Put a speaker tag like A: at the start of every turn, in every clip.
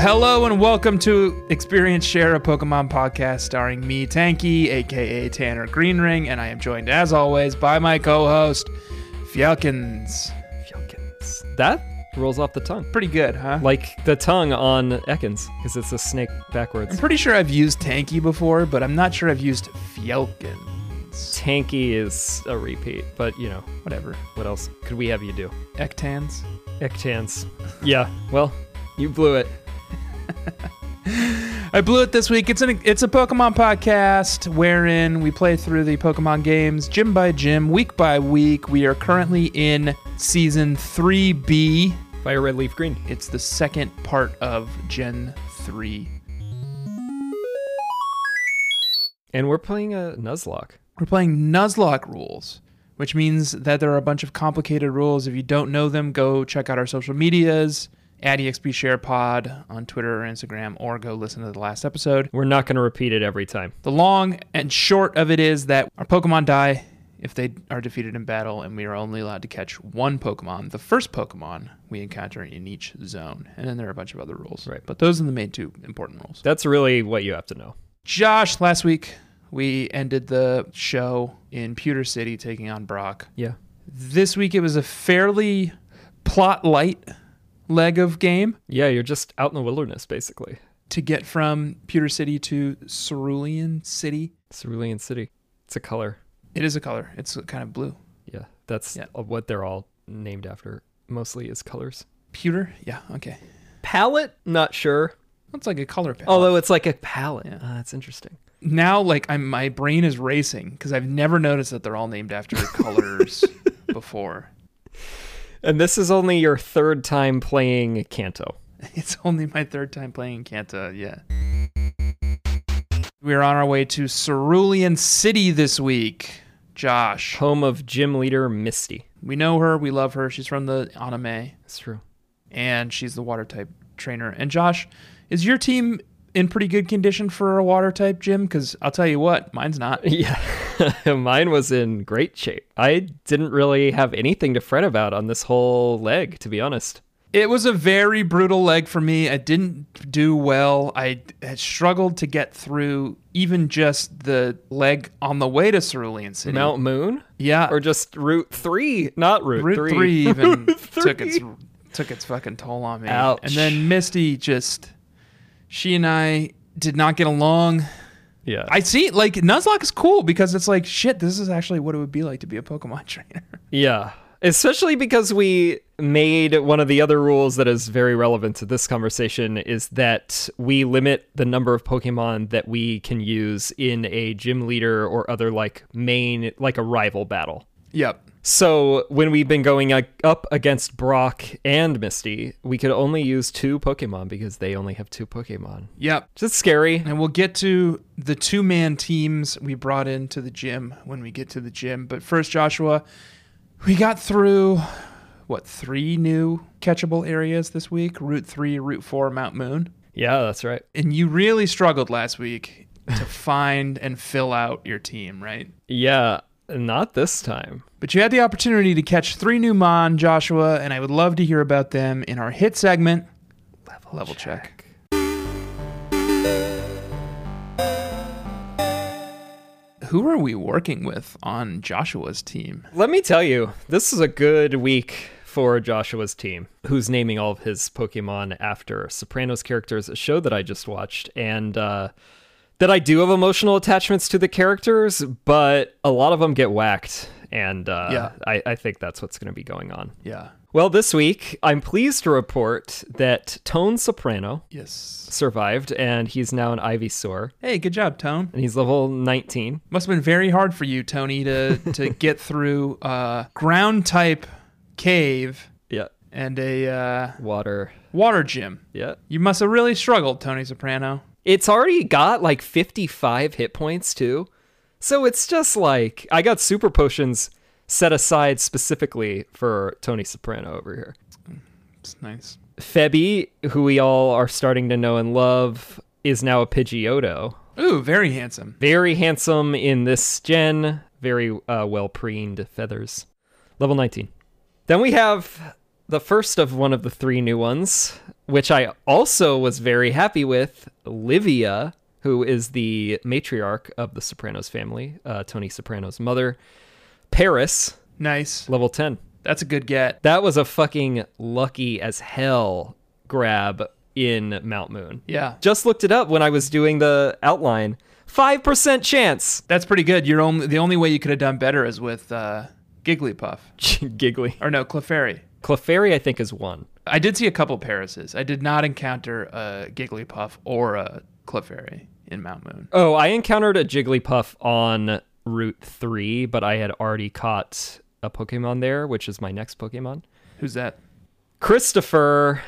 A: Hello and welcome to Experience Share a Pokemon podcast starring me, Tanky, aka Tanner Greenring, and I am joined as always by my co-host, Fjelkins.
B: Fjolkins. That rolls off the tongue.
A: Pretty good, huh?
B: Like the tongue on Ekans, because it's a snake
A: I'm
B: backwards.
A: pretty sure I've used Tanky before, but I'm not sure I've used Fjelkins.
B: Tanky is a repeat, but you know,
A: Whatever.
B: what else could we have you do?
A: Ectans.
B: Ektans. Yeah, well, you blew it.
A: I blew it this week. It's an it's a Pokemon podcast wherein we play through the Pokemon games gym by gym, week by week. We are currently in season 3B.
B: Fire red leaf green.
A: It's the second part of Gen 3.
B: And we're playing a Nuzlocke.
A: We're playing Nuzlocke rules, which means that there are a bunch of complicated rules. If you don't know them, go check out our social medias at EXP Share Pod on Twitter or Instagram, or go listen to the last episode.
B: We're not going to repeat it every time.
A: The long and short of it is that our Pokemon die if they are defeated in battle, and we are only allowed to catch one Pokemon, the first Pokemon we encounter in each zone. And then there are a bunch of other rules.
B: Right.
A: But those are the main two important rules.
B: That's really what you have to know.
A: Josh, last week we ended the show in Pewter City taking on Brock.
B: Yeah.
A: This week it was a fairly plot light leg of game
B: Yeah, you're just out in the wilderness, basically.
A: to get from Pewter City to Cerulean City.
B: Cerulean City. It's a color.
A: It is a color. It's kind of blue.
B: Yeah, that's
A: Yeah.
B: what they're all named after, mostly is colors.
A: Pewter? Yeah, okay.
B: Palette? Not sure.
A: That's like a color palette.
B: Although it's like a palette.
A: Yeah.
B: Ah, that's interesting.
A: now like I'm my brain is racing because I've never noticed that they're all named after colors before.
B: And this is only your third time playing Kanto.
A: It's only my third time playing Kanta, yeah. We're on our way to Cerulean City this week. Josh.
B: Home of gym leader Misty.
A: We know her, we love her. She's from the anime,
B: That's true.
A: and she's the water type trainer. And Josh, is your team in pretty good condition for a water type gym? Because I'll tell you what, mine's not.
B: Yeah. Mine was in great shape. I didn't really have anything to fret about on this whole leg, to be honest.
A: It was a very brutal leg for me. I didn't do well. I had struggled to get through even just the leg on the way to Cerulean City.
B: Mount Moon?
A: yeah,
B: Or just Route 3? Not Route,
A: Route
B: 3.
A: three, even took its
B: three.
A: took its fucking toll on me.
B: Ouch.
A: And then Misty just she and I did not get along.
B: Yeah.
A: I see like Nuzlocke is cool because it's like shit, this is actually what it would be like to be a Pokemon trainer.
B: Yeah. Especially because we made one of the other rules that is very relevant to this conversation is that we limit the number of Pokemon that we can use in a gym leader or other like main, like a rival battle.
A: yep.
B: So when we've been going like, up against Brock and Misty, we could only use two Pokemon because they only have two Pokemon.
A: Yep.
B: It's scary.
A: And we'll get to the two man teams we brought into the gym when we get to the gym. But first, Joshua, we got through what three new catchable areas this week Route 3, Route 4, Mount Moon.
B: Yeah, that's right.
A: And you really struggled last week to find and fill out your team, right?
B: Yeah, not this time.
A: But you had the opportunity to catch three new Mon, Joshua, and I would love to hear about them in our hit segment Level, check. Who are we working with on Joshua's team?
B: Let me tell you, this is a good week for Joshua's team, who's naming all of his Pokemon after Sopranos characters, a show that I just watched, and uh, that I do have emotional attachments to the characters, but a lot of them get whacked. And uh,
A: Yeah.
B: I, I think that's what's going to be going on.
A: Yeah.
B: Well, this week, I'm pleased to report that Tone Soprano
A: Yes.
B: survived, and he's now an Ivysaur,
A: Hey, good job, Tone.
B: and he's level 19.
A: Must have been very hard for you, Tony, to to get through uh, ground type cave
B: Yeah.
A: and a uh,
B: Water.
A: water gym.
B: Yeah.
A: You must have really struggled, Tony Soprano.
B: It's already got like 55 hit points too. So it's just like I got super potions set aside specifically for Tony Soprano over here.
A: It's nice.
B: Febby, who we all are starting to know and love, is now a Pidgeotto.
A: Ooh, very handsome.
B: Very handsome in this gen, very uh, well preened feathers. Level 19. Then we have the first of one of the three new ones, which I also was very happy with, Livia, who is the matriarch of the Sopranos family, uh, Tony Soprano's mother, Paris,
A: Nice.
B: level 10.
A: That's a good get.
B: That was a fucking lucky as hell grab in Mount Moon.
A: Yeah.
B: Just looked it up when I was doing the outline. 5% chance.
A: That's pretty good. Your only the only way you could have done better is with uh, Gigglypuff
B: Giggly.
A: or no Clefairy.
B: Clefairy, I think, is one.
A: I did see a couple Parises. I did not encounter a Gigglypuff or a Clefairy in Mount Moon.
B: Oh, I encountered a Jigglypuff on Route 3, but I had already caught a Pokemon there, which is my next Pokemon.
A: Who's that?
B: Christopher,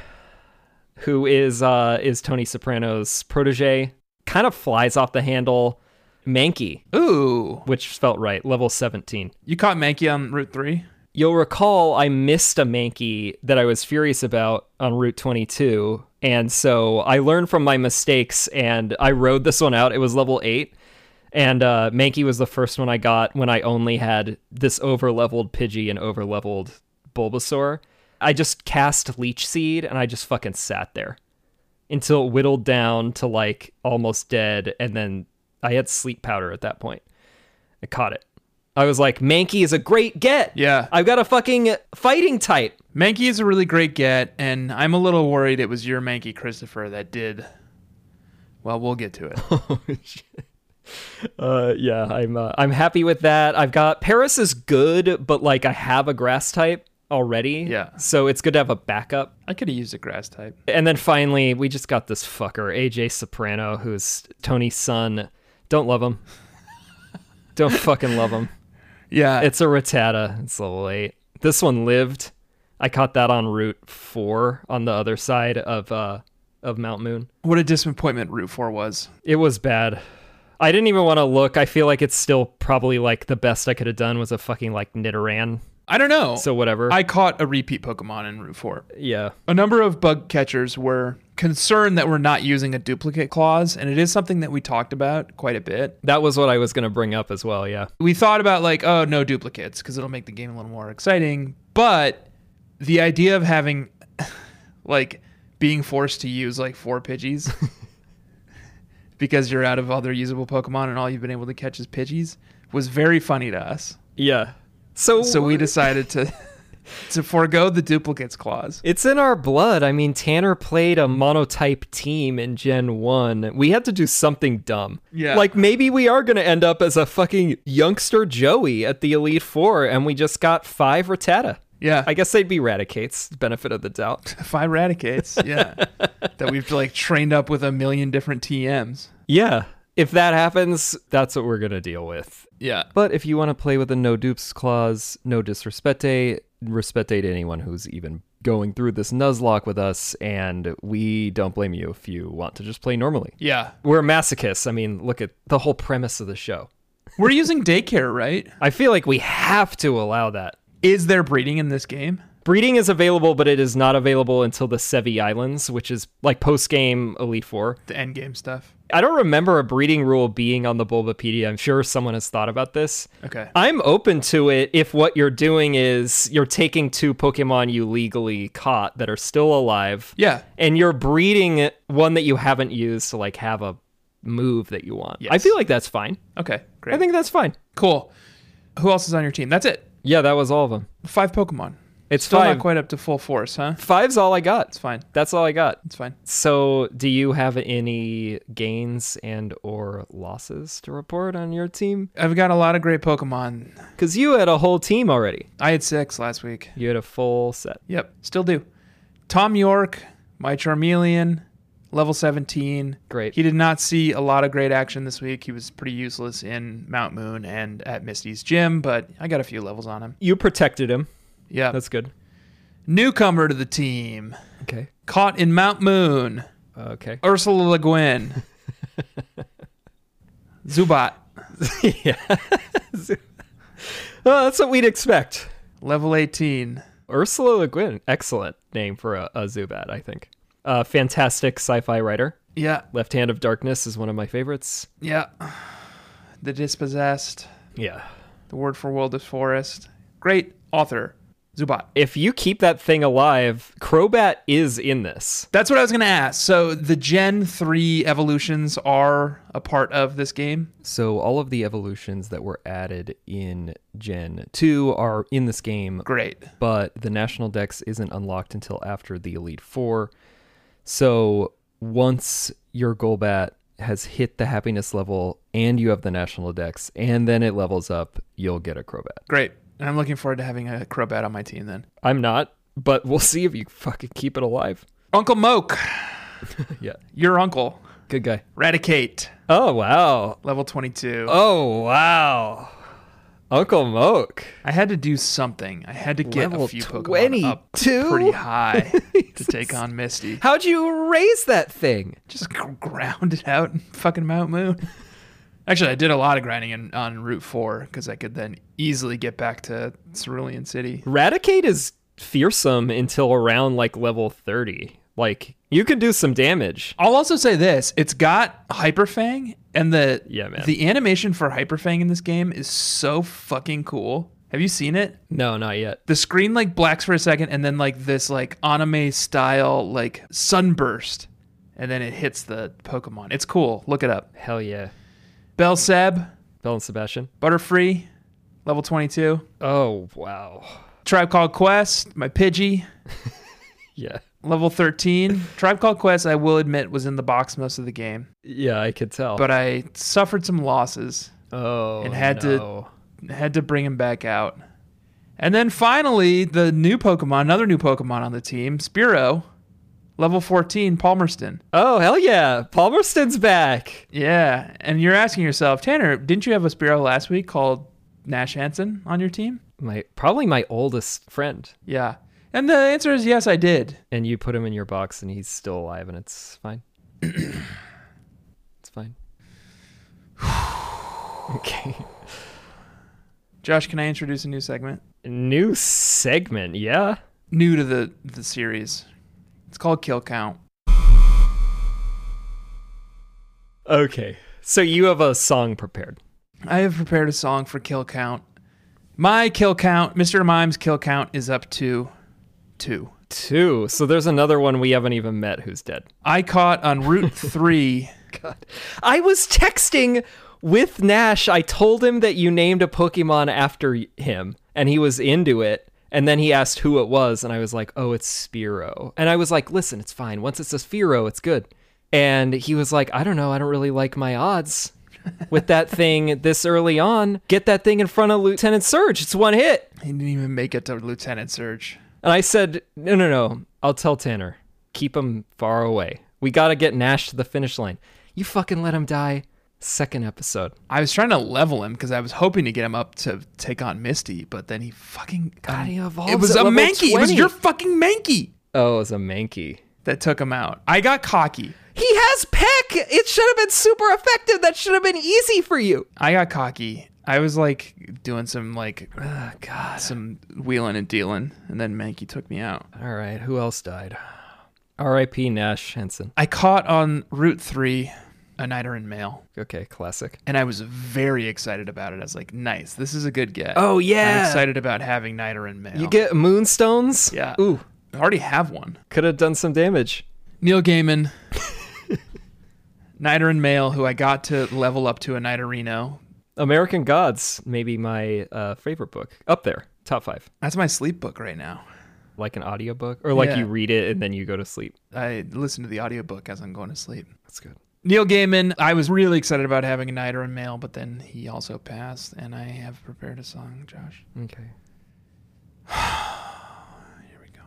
B: who is uh, is Tony Soprano's protege, kind of flies off the handle. Mankey,
A: Ooh,
B: which felt right, level 17.
A: you caught Mankey on Route Three.
B: You'll recall I missed a Mankey that I was furious about on Route 22. And so I learned from my mistakes and I rode this one out. It was level 8. And uh, Mankey was the first one I got when I only had this over leveled Pidgey and over leveled Bulbasaur. I just cast Leech Seed and I just fucking sat there until it whittled down to like almost dead. And then I had Sleep Powder at that point. I caught it. I was like, Mankey is a great get.
A: Yeah.
B: I've got a fucking fighting type.
A: Mankey is a really great get, and I'm a little worried it was your Mankey Christopher that did. Well, we'll get to it.
B: Uh, yeah, I'm uh, I'm happy with that. I've got Paris is good, but like I have a grass type already.
A: Yeah.
B: So it's good to have a backup.
A: I could have used a grass type.
B: And then finally, we just got this fucker, AJ Soprano, who's Tony's son. Don't love him. Don't fucking love him.
A: Yeah,
B: It's a Rattata. It's level eight. This one lived. I caught that on Route Four on the other side of uh of Mount Moon.
A: what a disappointment Route Four was.
B: It was bad. I didn't even want to look. I feel like it's still probably like the best I could have done was a fucking like Nidoran.
A: I don't know.
B: So whatever.
A: I caught a repeat Pokemon in Route Four.
B: yeah.
A: A number of bug catchers were concerned that we're not using a duplicate clause, and it is something that we talked about quite a bit.
B: That was what I was going to bring up as well. Yeah.
A: We thought about, like, oh, no duplicates, because it'll make the game a little more exciting. But the idea of having, like, being forced to use, like, four Pidgeys because you're out of other usable Pokemon and all you've been able to catch is Pidgeys was very funny to us.
B: Yeah. So,
A: So we decided to. To forego the duplicates clause.
B: it's in our blood. I mean, Tanner played a monotype team in Gen 1. We had to do something dumb.
A: Yeah.
B: Like maybe we are going to end up as a fucking youngster Joey at the Elite 4 and we just got 5 Rattata.
A: Yeah.
B: I guess they'd be Raticates, benefit of the doubt.
A: If I Raticates, yeah. that we've like trained up with a million different TMs.
B: Yeah. If that happens, that's what we're going to deal with.
A: Yeah.
B: But if you want to play with a no dupes clause, no disrespecte, respecte to anyone who's even going through this nuzlocke with us, and we don't blame you if you want to just play normally.
A: Yeah.
B: We're masochists. I mean, look at the whole premise of the show.
A: We're using daycare, right?
B: I feel like we have to allow that.
A: Is there breeding in this game?
B: Breeding is available, but it is not available until the Sevi Islands, which is like post game Elite Four.
A: The end game stuff.
B: I don't remember a breeding rule being on the Bulbapedia. I'm sure someone has thought about this.
A: Okay.
B: I'm open to it if what you're doing is you're taking two Pokemon you legally caught that are still alive.
A: Yeah.
B: And you're breeding one that you haven't used to like have a move that you want. I
A: Yes.
B: feel like that's fine.
A: Okay. Great.
B: I think that's fine.
A: cool. Who else is on your team? That's it.
B: Yeah, that was all of them.
A: Five Pokemon.
B: It's
A: Still
B: five.
A: not quite up to full force, huh?
B: Five's all I got.
A: It's fine.
B: That's all I got.
A: It's fine.
B: So, do you have any gains and or losses to report on your team?
A: I've got a lot of great Pokemon.
B: Cuz you had a whole team already.
A: I had six last week.
B: You had a full set.
A: Yep. Still do. Tom York, my Charmeleon, level 17.
B: Great.
A: He did not see a lot of great action this week. He was pretty useless in Mount Moon and at Misty's gym, but I got a few levels on him.
B: You protected him.
A: Yeah.
B: That's good.
A: Newcomer to the team,
B: Okay.
A: caught in Mount Moon,
B: Okay.
A: Ursula Le Guin. Zubat,
B: yeah. well, that's what we'd expect.
A: level 18.
B: Ursula Le Guin, excellent name for a, a Zubat, I think. Uh, fantastic sci-fi writer.
A: Yeah,
B: Left Hand of Darkness is one of my favorites.
A: yeah. The Dispossessed,
B: Yeah.
A: The Word for World is Forest. Great author. Zubat.
B: If you keep that thing alive, Crobat is in this.
A: That's what I was going to ask. So the Gen 3 evolutions are a part of this game.
B: So all of the evolutions that were added in Gen 2 are in this game,
A: Great.
B: but the National Dex isn't unlocked until after the Elite Four. So once your Golbat has hit the happiness level and you have the National Dex and then it levels up, you'll get a Crobat.
A: Great. And I'm looking forward to having a Crobat on my team then.
B: I'm not, but we'll see if you fucking keep it alive.
A: Uncle Moke,
B: Yeah.
A: your uncle.
B: Good guy.
A: Radicate,
B: Oh, wow.
A: level 22.
B: Oh, wow. Uncle Moke.
A: I had to do something. I had to get
B: Level
A: a few Pokemon up
B: 22?
A: pretty high to take on Misty.
B: How'd you raise that thing?
A: Just gr- ground it out in fucking Mount Moon. Actually, I did a lot of grinding in, on Route 4 because I could then easily get back to Cerulean City.
B: Radicate is fearsome until around like level 30. Like, you can do some damage.
A: I'll also say this: it's got Hyperfang, and the
B: Yeah, man.
A: the animation for Hyperfang in this game is so fucking cool. Have you seen it?
B: No, not yet.
A: The screen like blacks for a second, and then like this like anime style like sunburst, and then it hits the Pokemon. It's cool. Look it up.
B: Hell yeah.
A: Belseb,
B: Bell and Sebastian.
A: Butterfree, level twenty two.
B: Oh, wow.
A: Tribe Called Quest, my Pidgey,
B: Yeah.
A: level thirteen. Tribe Called Quest, I will admit, was in the box most of the game,
B: Yeah, I could tell.
A: but I suffered some losses.
B: oh,
A: It had to-
B: no.
A: had to bring him back out. And then finally, the new Pokemon, another new Pokemon on the team, Spiro, level 14, Palmerston.
B: Oh, hell yeah. Palmerston's back.
A: Yeah. And you're asking yourself, Tanner, didn't you have a Spiro last week called Nash Hansen on your team?
B: My Probably my oldest friend.
A: Yeah. And the answer is yes, I did.
B: And you put him in your box and he's still alive and it's fine. it's fine. okay.
A: Josh, can I introduce a new segment?
B: New segment. Yeah.
A: New to the, the series. It's called Kill Count.
B: Okay. So you have a song prepared.
A: I have prepared a song for Kill Count. My Kill Count, Mr. Mime's Kill Count is up to two.
B: Two. So there's another one we haven't even met who's dead.
A: I caught on Route 3.
B: God. I was texting with Nash. I told him that you named a Pokemon after y- him, and he was into it. And then he asked who it was, and I was like, oh, it's Spiro. And I was like, listen, it's fine. Once it's a Spiro, it's good. And he was like, I don't know. I don't really like my odds with that thing this early on. Get that thing in front of Lieutenant Surge. It's one hit.
A: He didn't even make it to Lieutenant Surge.
B: And I said, no, no, no. I'll tell Tanner. Keep him far away. We got to get Nash to the finish line. You fucking let him die. Second episode.
A: I was trying to level him because I was hoping to get him up to take on Misty, but then he fucking. um,
B: God, he evolves
A: it was a
B: at level
A: Mankey. It was
B: 20.
A: your fucking Mankey
B: Oh, it was a Mankey.
A: that took him out. I got cocky.
B: He has Peck. It should have been super effective. That should have been easy for you.
A: I got cocky. I was like doing some like
B: Oh, God.
A: some wheeling and dealing, and then Mankey took me out.
B: All right. Who else died? R.I.P. Nash Henson.
A: I caught on Route Three, a Nighter in Mail,
B: Okay, classic.
A: and I was very excited about it. I was like, "Nice, this is a good get."
B: Oh,
A: I'm
B: yeah.
A: excited about having Nighter in Mail.
B: You get Moonstones?
A: Yeah.
B: Ooh,
A: I already have one.
B: could have done some damage.
A: Neil Gaiman, Niter and Mail, who I got to level up to a Niterino.
B: American Gods, maybe my uh, favorite book. Up there, top five.
A: That's my sleep book right now.
B: like an audiobook or like
A: Yeah.
B: you read it and then you go to sleep.
A: I listen to the audiobook as I'm going to sleep.
B: That's good.
A: Neil Gaiman, I was really excited about having a Niter and Mail, but then he also passed, and I have prepared a song, Josh.
B: Okay.
A: Here we go.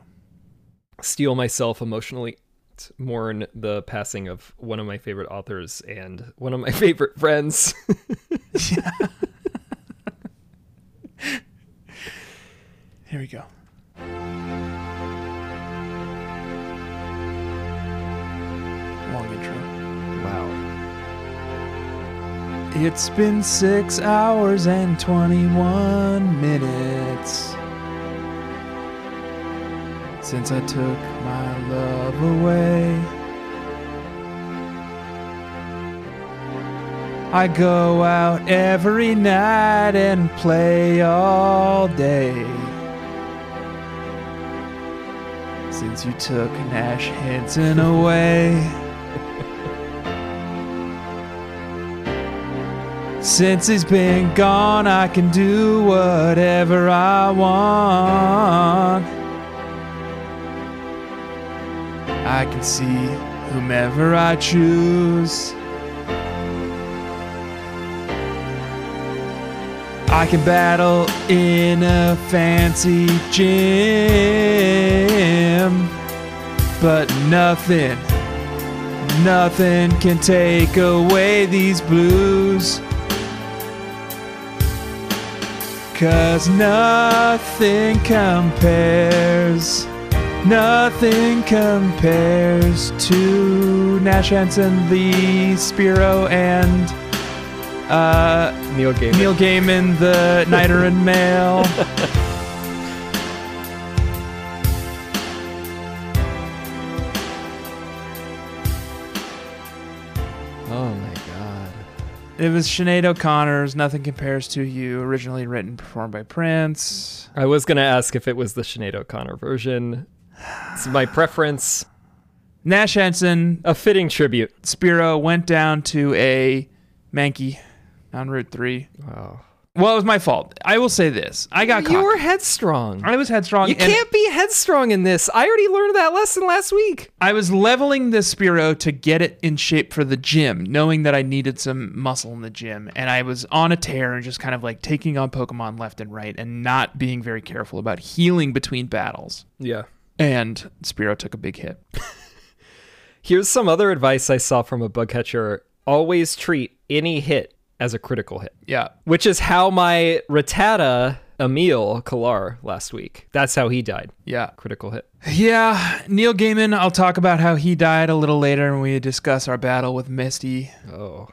B: Steel myself emotionally to mourn the passing of one of my favorite authors and one of my favorite friends.
A: Here we go. Long intro.
B: wow.
A: It's been six hours and 21 minutes since I took my love away. I go out every night and play all day. since you took Nash Hansen away. Since he's been gone, I can do whatever I want. I can see whomever I choose. I can battle in a fancy gym, but nothing, nothing can take away these blues. Cause nothing compares, nothing compares to Nash Hansen, Lee Spiro, and uh,
B: Neil Gaiman.
A: Neil Gaiman, the Niter and Mail.
B: Oh my god.
A: It was Sinead O'Connor's Nothing Compares to You, originally written and performed by Prince.
B: I was gonna ask if it was the Sinead O'Connor version. It's my preference.
A: Nash Henson,
B: A fitting tribute.
A: Spiro went down to a Mankey on Route 3.
B: Wow.
A: Well, it was my fault. I will say this. I got
B: You
A: caught.
B: were headstrong.
A: I was headstrong.
B: You
A: and
B: can't be headstrong in this. I already learned that lesson last week.
A: I was leveling this Spiro to get it in shape for the gym, knowing that I needed some muscle in the gym. And I was on a tear and just kind of like taking on Pokemon left and right and not being very careful about healing between battles.
B: Yeah.
A: And Spiro took a big hit.
B: Here's some other advice I saw from a bug catcher. Always treat any hit as a critical hit,
A: Yeah.
B: which is how my Rattata Emil Kalar last week. That's how he died.
A: Yeah.
B: Critical hit.
A: Yeah. Neil Gaiman, I'll talk about how he died a little later when we discuss our battle with Misty.
B: Oh.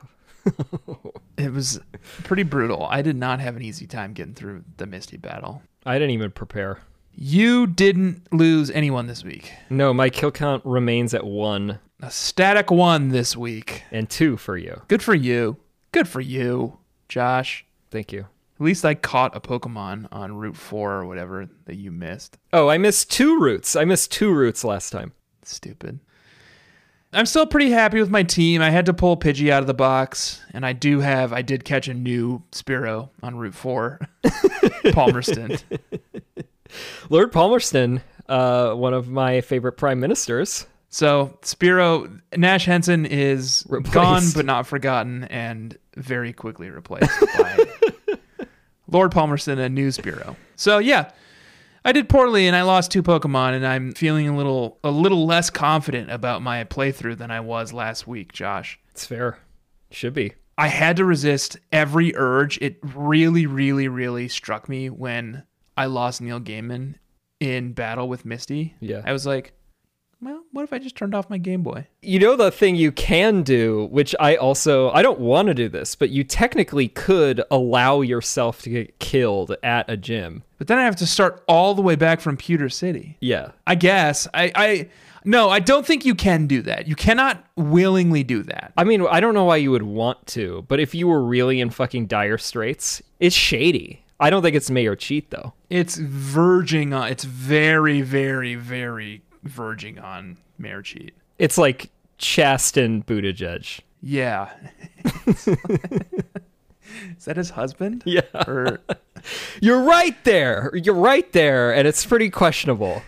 A: It was pretty brutal. I did not have an easy time getting through the Misty battle.
B: I didn't even prepare.
A: You didn't lose anyone this week.
B: No, my kill count remains at one
A: A static one this week.
B: and two for you.
A: Good for you. Good for you, Josh.
B: Thank you.
A: At least I caught a Pokemon on Route 4 or whatever that you missed.
B: Oh, I missed two roots. I missed two roots last time.
A: Stupid. I'm still pretty happy with my team. I had to pull Pidgey out of the box, and I do have, I did catch a new Spiro on Route 4, Palmerston.
B: Lord Palmerston, uh, one of my favorite prime ministers.
A: So Spiro, Nash Henson is
B: Replaced.
A: gone but not forgotten and very quickly replaced by Lord Palmerston, a new Spiro. So yeah, I did poorly and I lost two Pokemon and I'm feeling a little a little less confident about my playthrough than I was last week, Josh.
B: It's fair. Should be.
A: I had to resist every urge. It really, really, really struck me when I lost Neil Gaiman in battle with Misty.
B: Yeah.
A: I was like, well, what if I just turned off my Game Boy?
B: You know the thing you can do, which I also I don't want to do this, but you technically could allow yourself to get killed at a gym.
A: But then I have to start all the way back from Pewter City.
B: Yeah.
A: I guess. I, I no, I don't think you can do that. You cannot willingly do that.
B: I mean, I don't know why you would want to, but if you were really in fucking dire straits, it's shady. I don't think it's mayor cheat though.
A: It's verging on it's very, very, very verging on mayor cheat.
B: It's like Chasten Buttigieg.
A: Yeah. Is that his husband?
B: Yeah.
A: Or
B: You're right there. You're right there, and it's pretty questionable.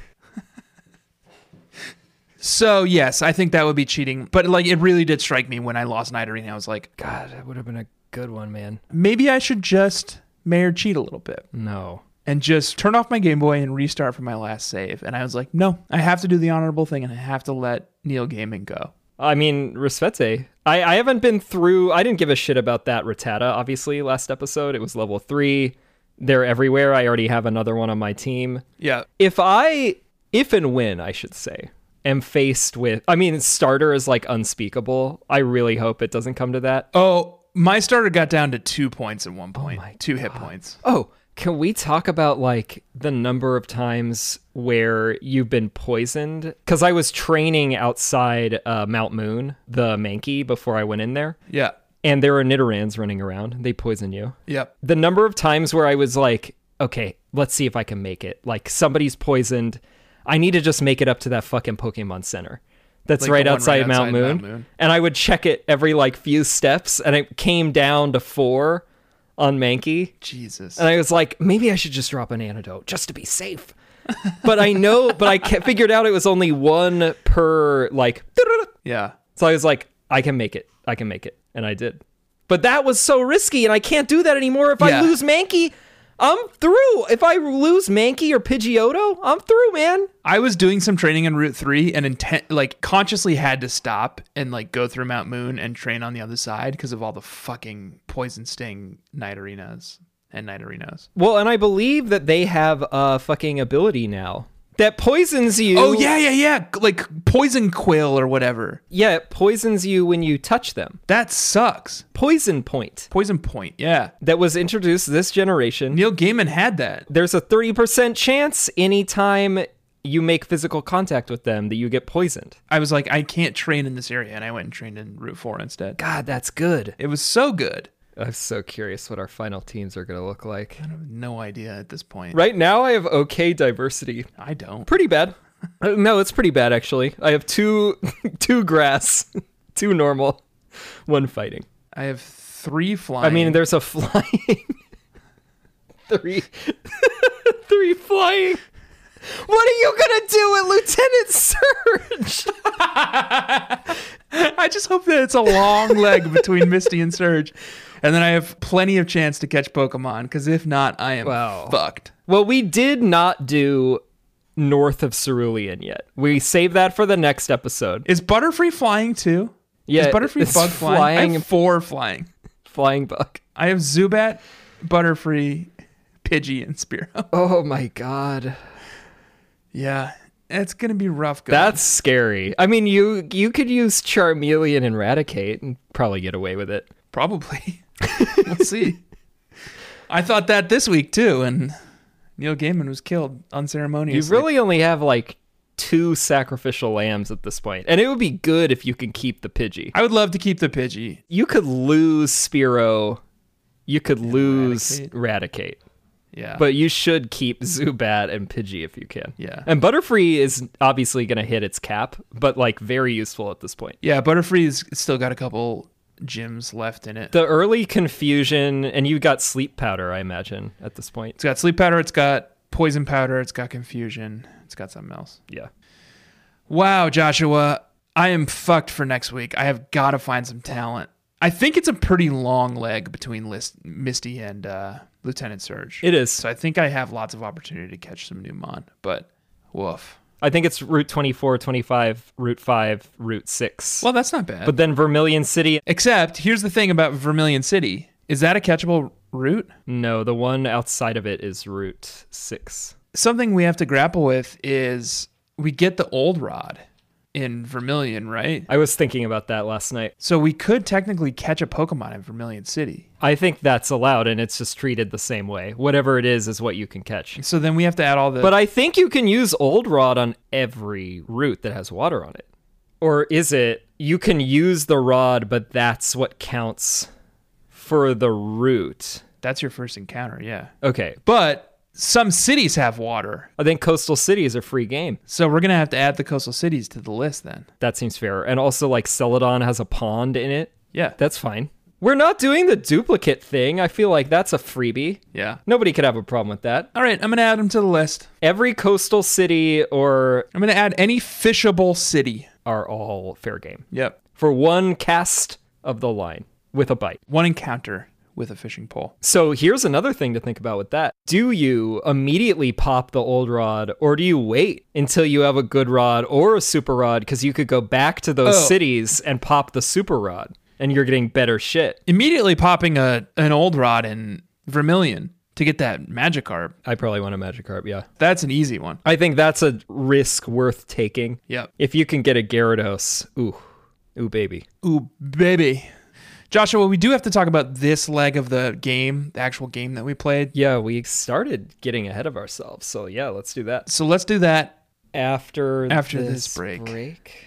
A: so yes, I think that would be cheating. But like it really did strike me when I lost Nidorina. I was like,
B: God, that would have been a good one, man.
A: maybe I should just mayor cheat a little bit.
B: No.
A: and just turn off my Game Boy and restart from my last save. And I was like, no, I have to do the honorable thing and I have to let Neil Gaiman go.
B: I mean, Respete. I, I haven't been through. I didn't give a shit about that Rattata, obviously, last episode. It was level three. They're everywhere. I already have another one on my team.
A: Yeah.
B: If I, if and when, I should say, am faced with. I mean, starter is like unspeakable. I really hope it doesn't come to that.
A: Oh, my starter got down to two points at one point,
B: Oh my
A: two hit points.
B: Oh, can we talk about like the number of times where you've been poisoned? Because I was training outside uh, Mount Moon, the Mankey, before I went in there,
A: Yeah.
B: and there were Nidorans running around. They poison you.
A: Yep.
B: The number of times where I was like, okay, let's see if I can make it. Like somebody's poisoned. I need to just make it up to that fucking Pokemon Center. That's
A: Like
B: right,
A: the one
B: outside Mount, Moon,
A: Mount Moon.
B: And I would check it every like few steps and it came down to 4 on Mankey.
A: Jesus.
B: And I was like, maybe I should just drop an antidote just to be safe. But I know, but I ca- figured out it was only one per like.
A: yeah.
B: So I was like, I can make it. I can make it. And I did. But that was so risky, and I can't do that anymore. If
A: Yeah.
B: I lose Mankey, I'm through. If I lose Mankey or Pidgeotto, I'm through, man.
A: I was doing some training in Route 3 and intent like consciously had to stop and like go through Mount Moon and train on the other side because of all the fucking poison sting night arenas and night arenas.
B: Well, and I believe that they have a fucking ability now that poisons you.
A: Oh yeah, yeah, yeah. Like poison quill or whatever.
B: Yeah, it poisons you when you touch them.
A: That sucks.
B: Poison point
A: Poison point, yeah.
B: that was introduced this generation.
A: Neil Gaiman had that.
B: there's a 30% chance anytime you make physical contact with them that you get poisoned.
A: I was like, I can't train in this area, and I went and trained in Route 4 instead.
B: God, that's good.
A: It was so good.
B: I'm so curious what our final teams are going to look like.
A: I have no idea at this point.
B: Right now, I have okay diversity.
A: I don't.
B: Pretty bad. Uh, No, it's pretty bad actually. I have two, two grass, two normal, one fighting.
A: I have three flying.
B: I mean, there's a flying, three, three flying. What are you gonna do with Lieutenant Surge?
A: I just hope that it's a long leg between Misty and Surge, and then I have plenty of chance to catch Pokemon. Because if not, I am
B: Wow.
A: fucked.
B: Well, we did not do north of Cerulean yet. We save that for the next episode.
A: Is Butterfree flying too?
B: Yeah,
A: Is Butterfree
B: it's
A: bug flying? I
B: flying-
A: have four flying.
B: Flying bug.
A: I have Zubat, Butterfree, Pidgey, and Spearow.
B: Oh my god.
A: yeah, it's gonna be rough. Going.
B: That's scary. I mean, you you could use Charmeleon and Raticate and probably get away with it.
A: Probably. we'll see. I thought that this week too, and Neil Gaiman was killed
B: You
A: unceremoniously.
B: really only have like two sacrificial lambs at this point. And it would be good if you can keep the Pidgey.
A: I would love to keep the Pidgey.
B: You could lose Spiro. You could lose
A: Raticate.
B: Raticate.
A: Yeah.
B: But you should keep Zubat and Pidgey if you can.
A: Yeah.
B: And Butterfree is obviously going to hit its cap, but like very useful at this point.
A: yeah, Butterfree's still got a couple gyms left in it.
B: The early confusion, and you got sleep powder, I imagine, at this point.
A: It's got sleep powder, it's got poison powder, it's got confusion, it's got something else.
B: Yeah.
A: Wow, Joshua, I am fucked for next week. I have got to find some talent. I think it's a pretty long leg between List- Misty and uh, Lieutenant Surge.
B: It is.
A: So I think I have lots of opportunity to catch some new mon, but woof.
B: I think it's Route 24, 25, Route 5, Route 6.
A: Well, that's not bad.
B: but then Vermilion City,
A: Except, here's the thing about Vermilion City. Is that a catchable route?
B: no, the one outside of it is Route 6.
A: Something we have to grapple with is we get the old rod in Vermilion, right?
B: I was thinking about that last night.
A: So we could technically catch a Pokemon in Vermilion City.
B: I think that's allowed and it's just treated the same way. Whatever it is, is what you can catch.
A: So then we have to add all the
B: But I think you can use old rod on every route that has water on it. Or is it you can use the rod, but that's what counts for the route?
A: that's your first encounter, yeah.
B: Okay.
A: But some cities have water.
B: I think coastal city is a free game.
A: So we're going to have to add the coastal cities to the list then.
B: That seems fair. And also, like, Celadon has a pond in it.
A: Yeah.
B: That's fine. We're not doing the duplicate thing. I feel like that's a freebie.
A: yeah.
B: Nobody could have a problem with that.
A: All right, I'm going to add them to the list.
B: Every coastal city or
A: I'm going to add any fishable city.
B: are all fair game
A: Yep.
B: for one cast of the line with a bite.
A: One encounter with a fishing pole.
B: So here's another thing to think about with that. Do you immediately pop the old rod or do you wait until you have a good rod or a super rod? Because you could go back to those
A: Oh.
B: cities and pop the super rod and you're getting better shit.
A: Immediately popping a an old rod in Vermilion to get that Magikarp.
B: I probably want a Magikarp, yeah.
A: That's an easy one.
B: I think that's a risk worth taking.
A: Yep.
B: If you can get a Gyarados, ooh, ooh, baby.
A: Ooh, baby. Joshua, we do have to talk about this leg of the game, the actual game that we played.
B: Yeah, we started getting ahead of ourselves. So yeah, let's do that.
A: So let's do that.
B: After
A: After this break.
B: break.
C: Hey,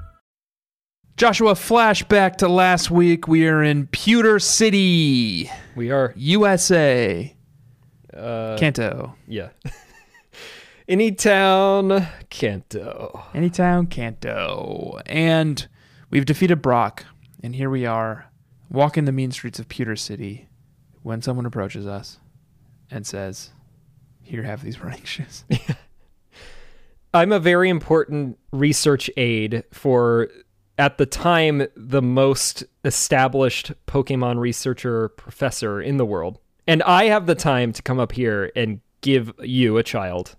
A: Joshua, flashback to last week. We are in Pewter City,
B: We are,
A: USA. Kanto.
B: yeah. Any town, Kanto.
A: Anytown, Kanto. And we've defeated Brock. And here we are, walking the mean streets of Pewter City when someone approaches us and says, Here, have these running shoes.
B: I'm a very important research aid for at the time the most established Pokemon researcher professor in the world. And I have the time to come up here and give you a child,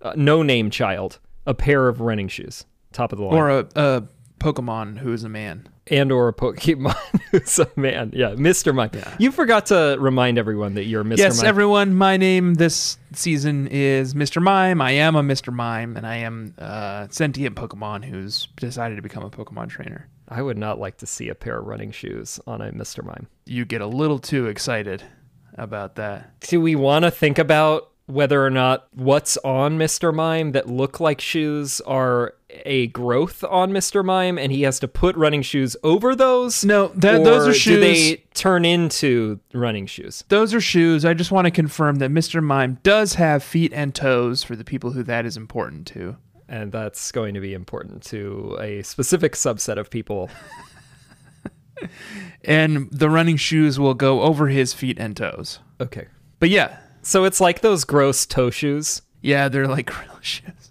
B: a no name child, a pair of running shoes, top of the line,
A: or a, a Pokemon who is a man.
B: and or a Pokemon who's a man. Yeah, Mr. Mime. You forgot to remind everyone that you're Mr.
A: Yes,
B: Mime.
A: everyone. My name this season is Mr. Mime. I am a Mr. Mime, and I am a sentient Pokemon who's decided to become a Pokemon trainer.
B: I would not like to see a pair of running shoes on a Mr. Mime.
A: You get a little too excited about that.
B: Do we want to think about whether or not what's on Mr. Mime that look like shoes are a growth on Mr. Mime and he has to put running shoes over those?
A: No, that- those
B: Or
A: are
B: Do they
A: shoes-
B: turn into running shoes?
A: Those are shoes. I just want to confirm that Mr. Mime does have feet and toes for the people who that is important to.
B: And that's going to be important to a specific subset of people.
A: And the running shoes will go over his feet and toes.
B: Okay.
A: But yeah,
B: So it's like those gross toe shoes.
A: yeah, they're like real shoes.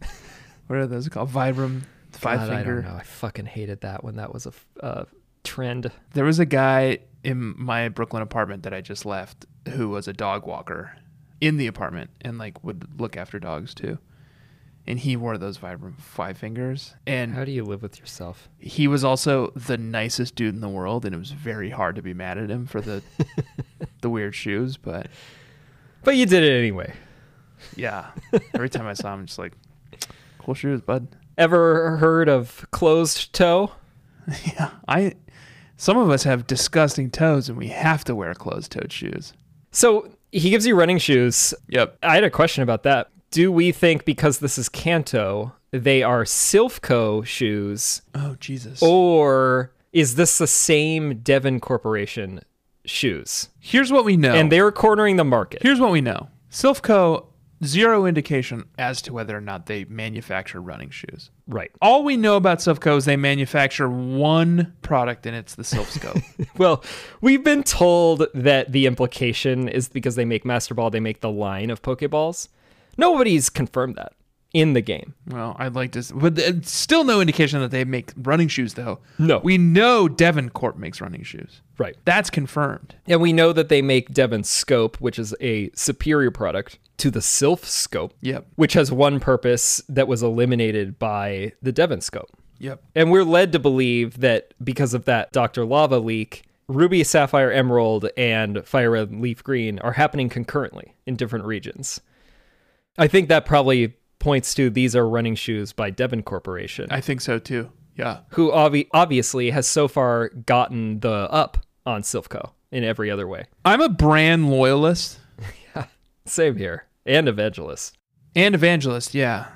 A: What are those called? Vibram, five
B: God, I
A: finger.
B: don't know. I fucking hated that when that was a f- uh, trend.
A: There was a guy in my Brooklyn apartment that I just left who was a dog walker in the apartment and like would look after dogs too. And he wore those Vibram five fingers. And
B: How do you live with yourself?
A: he was also the nicest dude in the world, and it was very hard to be mad at him for the the weird shoes. But
B: But you did it anyway.
A: yeah, every time I saw him, I'm just like, cool shoes, bud.
B: Ever heard of closed toe?
A: Yeah, I. Some of us have disgusting toes, and we have to wear closed-toed shoes.
B: So he gives you running shoes.
A: Yep.
B: I had a question about that. Do we think because this is Kanto, they are Silfco shoes,
A: Oh Jesus.
B: or is this the same Devon Corporation shoes?
A: here's what we know.
B: And they're cornering the market.
A: Here's what we know. Silfco, zero indication as to whether or not they manufacture running shoes.
B: Right.
A: All we know about Silfco is they manufacture one product and it's the Silfscope.
B: Well, we've been told that the implication is because they make Master Ball, they make the line of Pokeballs. Nobody's confirmed that in the game.
A: well, I'd like to, s- but th- still no indication that they make running shoes though.
B: No.
A: we know Devon Corp makes running shoes.
B: Right.
A: That's confirmed.
B: And we know that they make Devon Scope, which is a superior product to the Sylph Scope.
A: Yep.
B: Which has one purpose that was eliminated by the Devon Scope.
A: Yep.
B: And we're led to believe that because of that Dr. Lava leak, Ruby, Sapphire, Emerald, and Fire Red and Leaf Green are happening concurrently in different regions. I think that probably points to these are running shoes by Devon Corporation,
A: I think so too. Yeah.
B: who obvi- obviously has so far gotten the up on Silphco in every other way.
A: I'm a brand loyalist
B: Same here. And Evangelist.
A: and evangelist. Yeah.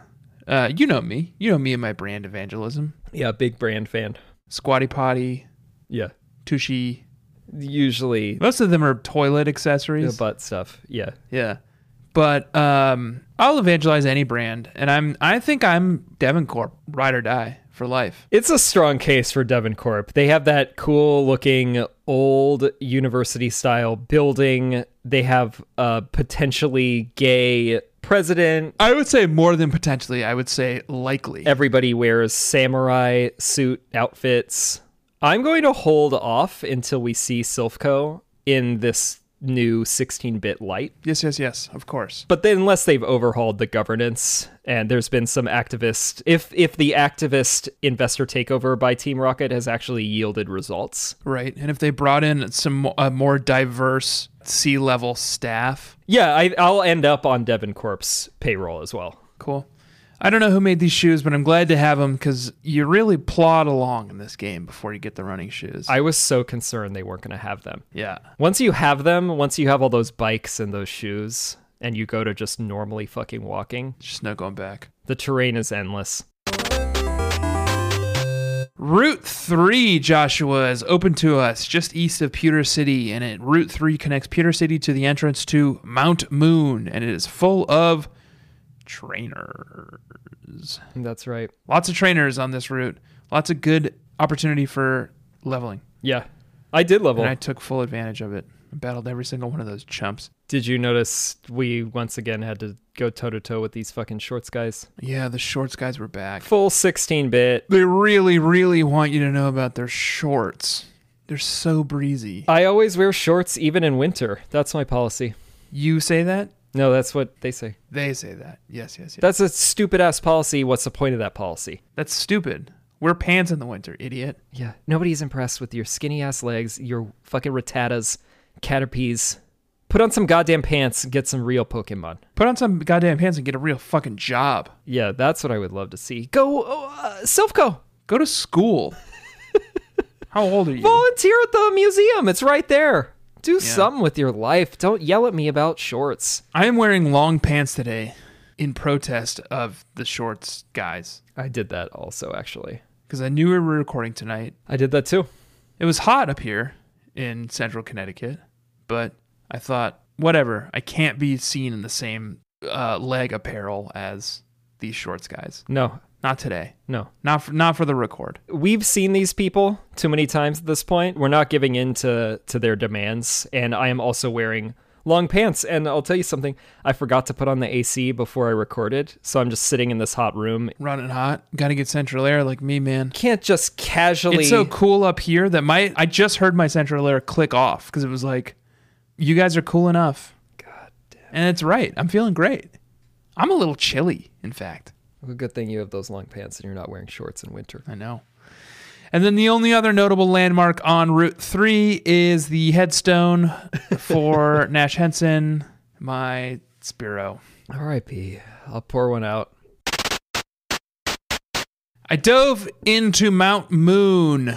A: Uh, you know me. You know me and my brand evangelism.
B: Yeah, big brand fan.
A: Squatty potty,
B: Yeah.
A: tushy.
B: Usually
A: Most of them are toilet
B: the
A: accessories.
B: butt stuff. Yeah.
A: yeah. But um, I'll evangelize any brand, and I'm I think I'm Devon Corp, ride or die for life.
B: It's a strong case for Devon Corp. They have that cool looking old university style building. They have a potentially gay president.
A: I would say more than potentially. I would say likely.
B: Everybody wears samurai suit outfits. I'm going to hold off until we see Silfco in this new 16-bit light.
A: Yes, yes, yes, of course.
B: But then, unless they've overhauled the governance, and there's been some activist, if if the activist investor takeover by Team Rocket has actually yielded results,
A: Right. And if they brought in some a more diverse C level staff,
B: yeah, I, I'll end up on Devon Corp's payroll as well.
A: cool. I don't know who made these shoes, but I'm glad to have them because you really plod along in this game before you get the running shoes.
B: I was so concerned they weren't going to have them.
A: yeah.
B: Once you have them, once you have all those bikes and those shoes, and you go to just normally fucking walking,
A: Just no going back.
B: the terrain is endless.
A: Route 3, Joshua, is open to us just east of Pewter City, and it Route 3 connects Pewter City to the entrance to Mount Moon, and it is full of trainers.
B: That's right.
A: Lots of trainers on this route. Lots of good opportunity for leveling.
B: Yeah. I did level.
A: And I took full advantage of it. I battled every single one of those chumps.
B: Did you notice we once again had to go toe to toe with these fucking shorts guys?
A: Yeah, the shorts guys were back.
B: Full 16 bit.
A: They really, really want you to know about their shorts. They're so breezy.
B: I always wear shorts even in winter. That's my policy.
A: You say that?
B: No, that's what they say.
A: They say that. Yes, yes, yes.
B: That's a stupid ass policy. What's the point of that policy?
A: That's stupid. Wear pants in the winter, idiot.
B: Yeah. Nobody's impressed with your skinny ass legs, your fucking rattatas, caterpies. Put on some goddamn pants, get some real Pokemon.
A: Put on some goddamn pants and get a real fucking job.
B: Yeah, that's what I would love to see. Go, uh, Silphco,
A: Go to school. How old are you?
B: volunteer at the museum. It's right there. Do something with your life. Don't yell at me about shorts.
A: I am wearing long pants today in protest of the shorts guys
B: I did that also, actually.
A: because I knew we were recording tonight.
B: I did that too.
A: It was hot up here in central Connecticut, but I thought, whatever, I can't be seen in the same uh, leg apparel as these shorts guys.
B: No,
A: Not today.
B: no.
A: Not for, not for the record.
B: We've seen these people too many times at this point. We're not giving in to, to their demands. And I am also wearing long pants. And I'll tell you something I forgot to put on the AC before I recorded. So I'm just sitting in this hot room.
A: Running hot. Got to get central air like me, man.
B: Can't just casually.
A: It's so cool up here that my I just heard my central air click off because it was like, you guys are cool enough.
B: God damn.
A: And it's right. I'm feeling great. I'm a little chilly, in fact.
B: Well, Good thing you have those long pants and you're not wearing shorts in winter.
A: I know. And then the only other notable landmark on Route 3 is the headstone for Nash Henson, my Spiro.
B: R.I.P. I'll pour one out.
A: I dove into Mount Moon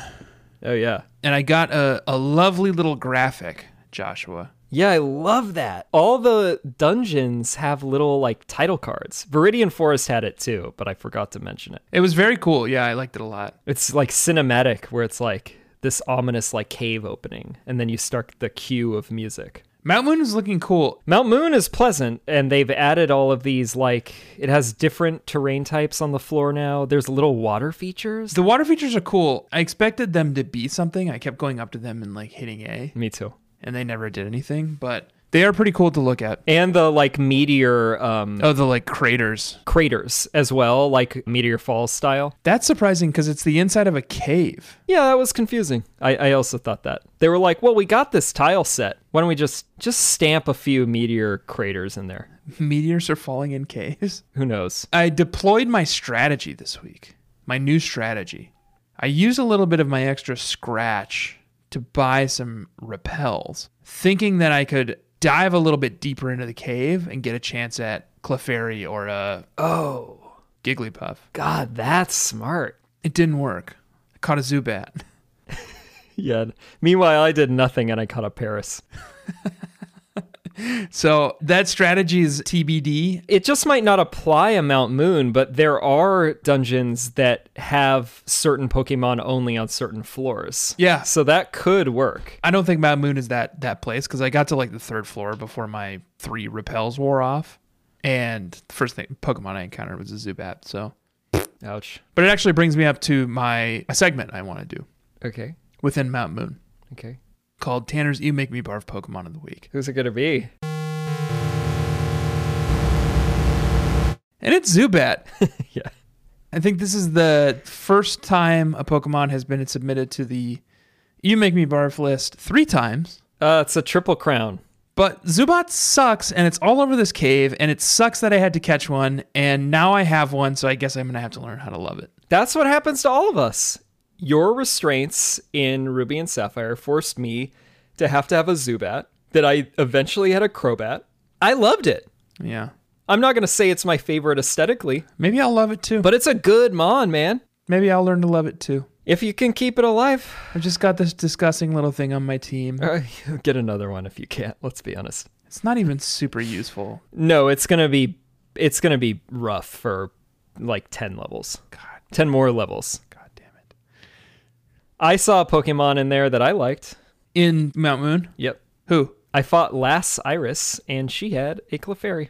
B: Oh, yeah.
A: and I got a, a lovely little graphic, Joshua.
B: Yeah, I love that. All the dungeons have little like title cards. Viridian Forest had it too, but I forgot to mention it.
A: It was very cool. Yeah, I liked it a lot.
B: It's like cinematic where it's like this ominous like cave opening and then you start the cue of music.
A: Mount Moon is looking cool.
B: Mount Moon is pleasant and they've added all of these like it has different terrain types on the floor now. There's little water features.
A: The water features are cool. I expected them to be something. I kept going up to them and like hitting A,
B: Me too.
A: and they never did anything, but they are pretty cool to look at.
B: And the like meteor um
A: Oh, the like craters.
B: craters as well, like meteor falls style.
A: That's surprising because it's the inside of a cave.
B: Yeah, that was confusing. I, I also thought that. They were like, well, we got this tile set. Why don't we just just stamp a few meteor craters in there?
A: Meteors are falling in caves.
B: Who knows?
A: I deployed my strategy this week, my new strategy. I used a little bit of my extra scratch to buy some repels, thinking that I could dive a little bit deeper into the cave and get a chance at Clefairy or uh, a
B: Oh,
A: Jigglypuff.
B: God, that's smart.
A: It didn't work. I caught a Zubat.
B: Yeah. Meanwhile, I did nothing and I caught a Paris.
A: So that strategy is TBD.
B: It just might not apply a Mount Moon, but there are dungeons that have certain Pokemon only on certain floors.
A: Yeah.
B: So that could work.
A: I don't think Mount Moon is that that place because I got to like the third floor before my three repels wore off, and the first thing Pokemon I encountered was a Zubat. So,
B: Ouch.
A: but it actually brings me up to my a segment I want to do
B: Okay.
A: within Mount Moon
B: Okay.
A: called Tanner's "You Make Me Barf Pokemon of the Week,"
B: Who's it going to be?
A: and it's Zubat.
B: yeah.
A: I think this is the first time a Pokemon has been submitted to the "You Make Me Barf" list three times.
B: Uh, it's a triple crown.
A: But Zubat sucks, and it's all over this cave, and it sucks that I had to catch one, and now I have one, so I guess I'm gonna have to learn how to love it.
B: That's what happens to all of us. Your restraints in Ruby and Sapphire forced me to have to have a Zubat that I eventually had a Crobat. I loved it.
A: Yeah.
B: I'm not going to say it's my favorite aesthetically,
A: Maybe I'll love it too.
B: but it's a good Mon, man.
A: Maybe I'll learn to love it too.
B: If you can keep it alive,
A: I've just got this disgusting little thing on my team.
B: Uh, get another one if you can't, let's be honest.
A: It's not even super useful.
B: No, it's going to be it's going to be rough for like 10 levels. God. 10 more levels.
A: God damn it.
B: I saw a Pokemon in there that I liked.
A: In Mount Moon?
B: Yep.
A: Who?
B: I fought Lass Iris, and she had a Clefairy.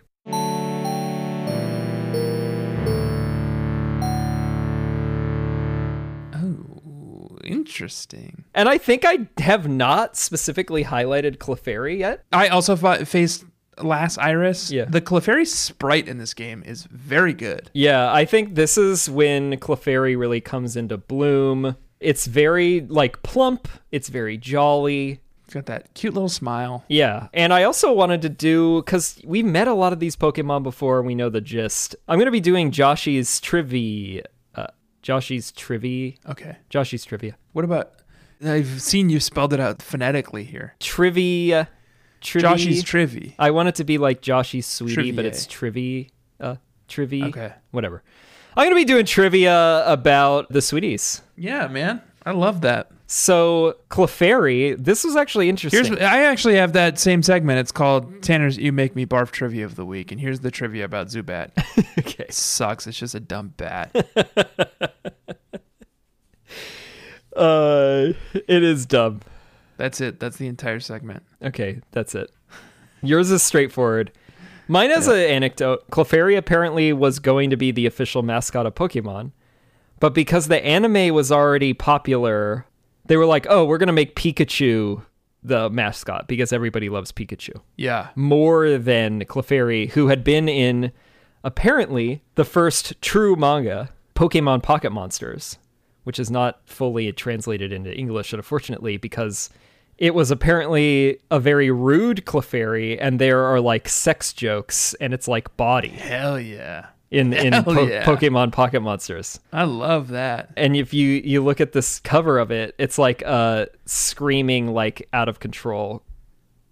A: Oh, interesting.
B: And I think I have not specifically highlighted Clefairy yet.
A: I also fought, faced Last Iris.
B: Yeah.
A: The Clefairy sprite in this game is very good.
B: Yeah, I think this is when Clefairy really comes into bloom. It's very like plump, it's very jolly.
A: It's got that cute little smile.
B: Yeah. And I also wanted to do cuz we met a lot of these Pokemon before, we know the gist. I'm going to be doing Joshi's Trivia. Uh, Joshi's Trivia.
A: Okay.
B: Joshi's Trivia.
A: What about? I've seen you spelled it out phonetically here.
B: Trivia. Trivia.
A: Joshy's Trivy.
B: I want it to be like Joshy Sweetie, but
A: Triviae.
B: it's Trivia. Uh, trivia.
A: Okay.
B: Whatever. I'm going to be doing trivia about the Sweeties.
A: Yeah, man. I love that.
B: So, Clefairy, this was actually interesting.
A: Here's I actually have that same segment. It's called Tanner's You Make Me Barf Trivia of the Week. And here's the trivia about Zubat.
B: okay.
A: It sucks. It's just a dumb bat.
B: Uh, it is dumb.
A: That's it. That's the entire segment.
B: Okay, that's it. Yours is straightforward. Mine has an anecdote. Clefairy apparently was going to be the official mascot of Pokemon, but because the anime was already popular, they were like, oh, we're going to make Pikachu the mascot because everybody loves Pikachu
A: Yeah.
B: more than Clefairy, who had been in apparently the first true manga, Pokemon Pocket Monsters, which is not fully translated into English, unfortunately, because it was apparently a very rude Clefairy, and there are like sex jokes, and it's like body
A: Hell yeah.
B: in, in
A: Hell
B: po-
A: yeah.
B: Pokemon Pocket Monsters
A: I love that.
B: and if you you look at this cover of it it's like a screaming like out of control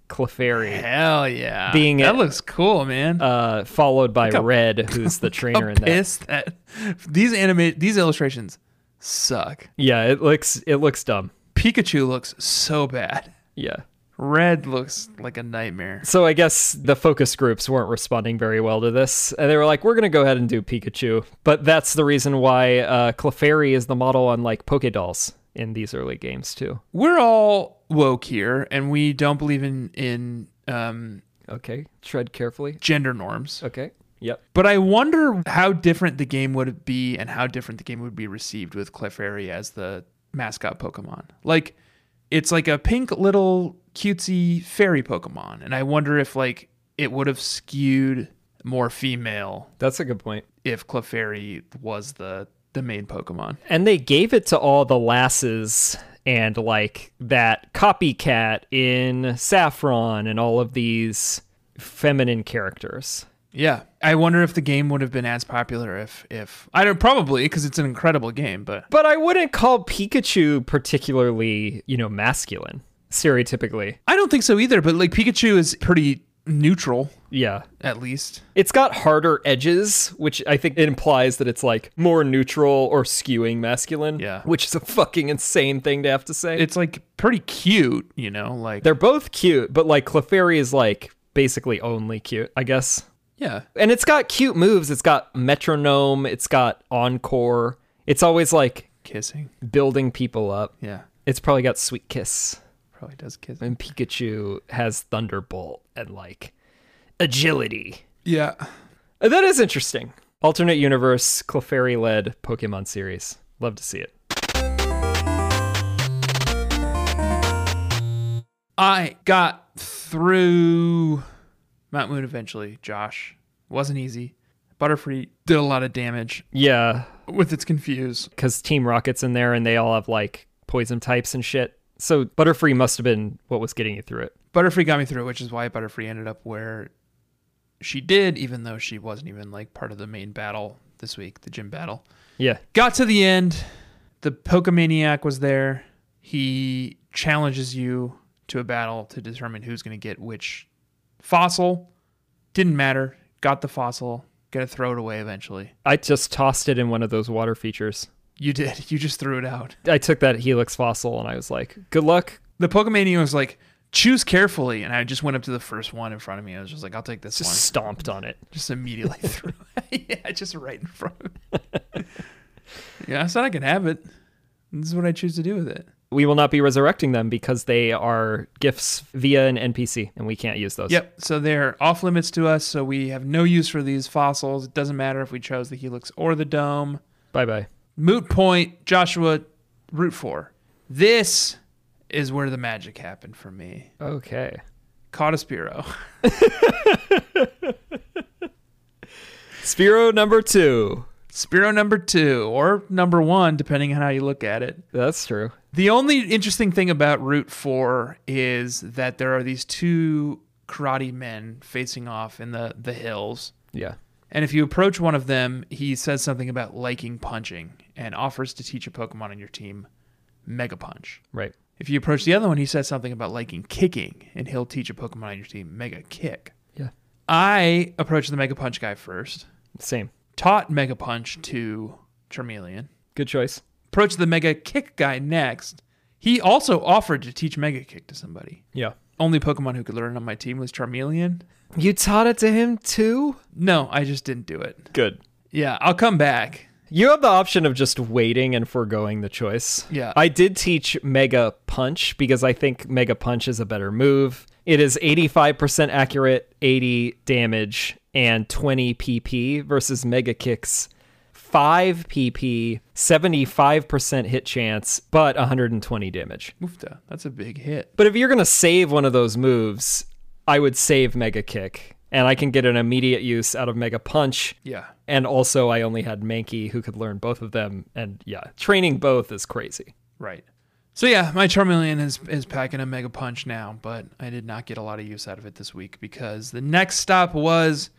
B: clefairy
A: Hell yeah.
B: Being
A: that
B: a-
A: looks cool, man.
B: uh followed by
A: how-
B: red who's the
A: I'm
B: trainer in that
A: pissed that these anime these illustrations suck.
B: yeah it looks it looks dumb
A: Pikachu looks so bad.
B: yeah
A: Red looks like a nightmare.
B: so i guess the focus groups weren't responding very well to this and they were like we're gonna go ahead and do pikachu but that's the reason why uh clefairy is the model on like pokedolls in these early games too
A: We're all woke here, and we don't believe in in um,
B: okay tread carefully
A: gender norms.
B: okay yep
A: But I wonder how different the game would be, and how different the game would be received with Clefairy as the mascot Pokemon. Like, it's like a pink little cutesy fairy Pokemon, and I wonder if like it would have skewed more female
B: that's a good point
A: if Clefairy was the the main Pokemon.
B: And they gave it to all the lasses and like that copycat in Saffron and all of these feminine characters.
A: Yeah, I wonder if the game would have been as popular if if I don't probably because it's an incredible game, but
B: But I wouldn't call Pikachu particularly, you know, masculine, stereotypically.
A: I don't think so either. But like Pikachu is pretty neutral
B: Yeah.
A: at least.
B: It's got harder edges, which I think it implies that it's like more neutral or skewing masculine.
A: Yeah.
B: Which is a fucking insane thing to have to say.
A: It's like pretty cute, you know, like
B: They're both cute, but like Clefairy is like basically only cute, I guess.
A: yeah,
B: And it's got cute moves. It's got metronome. It's got encore. It's always like
A: kissing.
B: building people up.
A: Yeah,
B: It's probably got sweet kiss.
A: probably does kiss.
B: And Pikachu has thunderbolt and like agility.
A: Yeah,
B: Uh, That is interesting. Alternate universe, Clefairy led Pokemon series. Love to see it.
A: I got through Mount Moon eventually. Josh wasn't easy. Butterfree did a lot of damage
B: Yeah,
A: with its confuse.
B: because Team Rocket's in there and they all have like poison types and shit. So Butterfree must have been what was getting you through it.
A: Butterfree got me through, which is why Butterfree ended up where she did, even though she wasn't even like part of the main battle this week, the gym battle.
B: Yeah.
A: Got to the end. The Pokemaniac was there. He challenges you to a battle to determine who's going to get which fossil. Didn't matter. Got the fossil. Got to throw it away eventually.
B: I just tossed it in one of those water features.
A: You did. You just threw it out.
B: I took that Helix fossil and I was like, good luck.
A: The Pokemania was like, choose carefully. And I just went up to the first one in front of me. I was just like, I'll take this
B: Just
A: one.
B: stomped on it.
A: Just immediately threw it. yeah, just right in front of me. yeah, I said I could have it. This is what I choose to do with it.
B: We will not be resurrecting them because they are gifts via an NPC and we can't use those.
A: Yep. So they're off limits to us. So we have no use for these fossils. It doesn't matter if we chose the helix or the dome.
B: Bye bye.
A: Moot point, Joshua, root for. This is where the magic happened for me.
B: Okay.
A: Caught a Spiro.
B: Spiro number two.
A: Spiro number two, or number one, depending on how you look at it.
B: That's true.
A: The only interesting thing about Route 4 is that there are these two karate men facing off in the, the hills.
B: Yeah.
A: And if you approach one of them, he says something about liking punching and offers to teach a Pokemon on your team Mega Punch.
B: Right.
A: If you approach the other one, he says something about liking kicking and he'll teach a Pokemon on your team Mega Kick.
B: Yeah.
A: I approached the Mega Punch guy first,
B: Same.
A: taught Mega Punch to Charmeleon,
B: Good choice.
A: approached the Mega Kick guy next. He also offered to teach Mega Kick to somebody.
B: Yeah.
A: Only Pokemon who could learn on my team was Charmeleon.
B: You taught it to him too?
A: No, I just didn't do it.
B: Good.
A: Yeah, I'll come back.
B: You have the option of just waiting and foregoing the choice.
A: Yeah.
B: I did teach Mega Punch because I think Mega Punch is a better move. It is 85% accurate, 80 damage, and 20 PP versus Mega Kicks 5 PP, 75% hit chance, but 120 damage.
A: Oofta, that's a big hit.
B: But if you're going to save one of those moves, I would save Mega Kick, and I can get an immediate use out of Mega Punch.
A: Yeah.
B: And also, I only had Mankey who could learn both of them. And yeah, training both is crazy.
A: Right. So yeah, my Charmeleon is is packing a mega punch now, but I did not get a lot of use out of it this week because the next stop was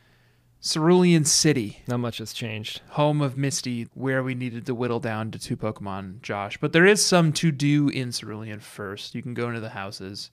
A: Cerulean City,
B: Not much has changed.
A: home of Misty, where we needed to whittle down to two Pokemon, Josh. But there is some to do in Cerulean first. You can go into the houses.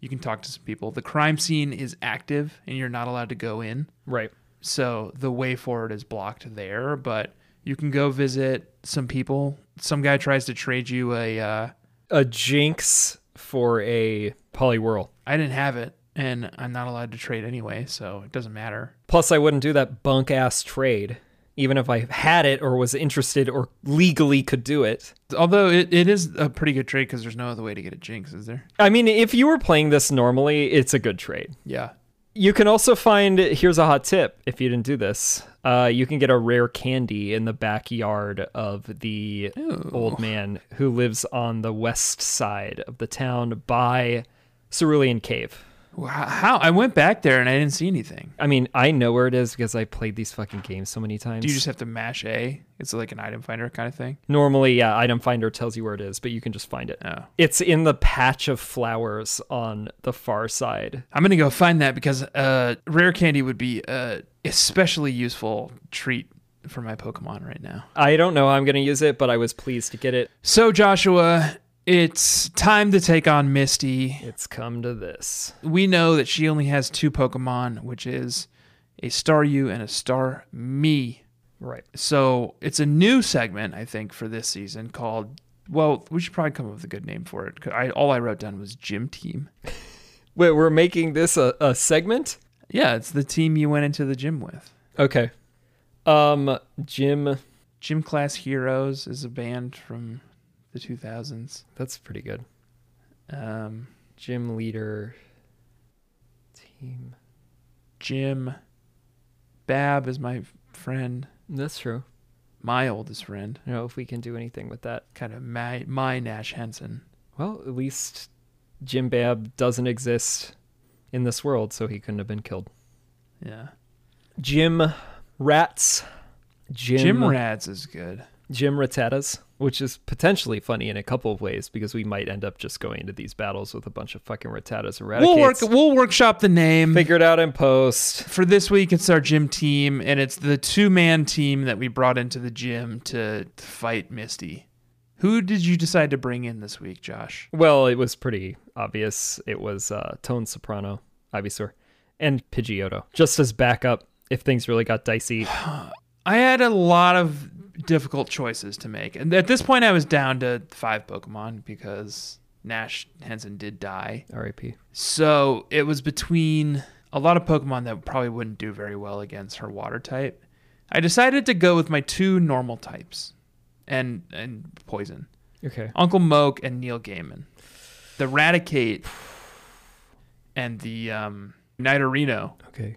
A: You can talk to some people. The crime scene is active and you're not allowed to go in.
B: Right.
A: So the way forward is blocked there, but you can go visit some people. Some guy tries to trade you a uh,
B: A Jinx for a Poliwhirl.
A: I didn't have it, and I'm not allowed to trade anyway, so it doesn't matter.
B: Plus, I wouldn't do that bunk ass trade, even if I had it or was interested or legally could do it.
A: Although it, it is a pretty good trade because there's no other way to get a jinx, is there?
B: I mean, if you were playing this normally, it's a good trade.
A: Yeah.
B: You can also find here's a hot tip if you didn't do this. Uh, you can get a rare candy in the backyard of the old man who lives on the west side of the town by Cerulean Cave.
A: Wow. How? I went back there and I didn't see anything.
B: I mean, I know where it is because I played these fucking games so many times.
A: Do you just have to mash A? It's like an item finder kind of thing.
B: Normally, yeah, item finder tells you where it is, but you can just find it.
A: Oh.
B: It's in the patch of flowers on the far side.
A: I'm gonna go find that because uh, rare candy would be a especially useful treat for my Pokemon right now.
B: I don't know how I'm going to use it, but I was pleased to get it.
A: So Joshua, it's time to take on Misty.
B: It's come to this.
A: we know that she only has two Pokemon, which is a Star You and a Star Me.
B: Right.
A: So it's a new segment, I think, for this season called. Well, we should probably come up with a good name for it. 'cause I, all I wrote down was Gym Team.
B: Wait, we're making this a, a segment?
A: Yeah, it's the team you went into the gym with.
B: Okay. Um, Jim,
A: Gym Class Heroes is a band from the 2000s.
B: that's pretty good.
A: Um,
B: Gym leader team.
A: Jim Bab is my friend,
B: That's true.
A: my oldest friend,
B: I don't know if we can do anything with that.
A: kind of my, my Nash Henson.
B: Well, at least Jim Bab doesn't exist in this world, so he couldn't have been killed.
A: Yeah.
B: Jim Rats. Jim
A: Gym Rads is good.
B: Jim Rattatas. which is potentially funny in a couple of ways because we might end up just going into these battles with a bunch of fucking Rattatas and Raticates.
A: We'll work. We'll workshop the name.
B: Figure it out in post.
A: for this week it's our gym team and it's the two-man team that we brought into the gym to to fight misty who did you decide to bring in this week josh
B: Well, it was pretty obvious. It was uh, Tone Soprano, Ivysaur, and Pidgeotto, just as backup if things really got dicey.
A: i had a lot of difficult choices to make and at this point i was down to five pokemon because nash henson did die
B: R.I.P.
A: So it was between a lot of Pokemon that probably wouldn't do very well against her water type. I decided to go with my two normal types and and poison.
B: Okay.
A: Uncle Moke and Neil Gaiman. The Raticate and the um Nidorino.
B: Okay.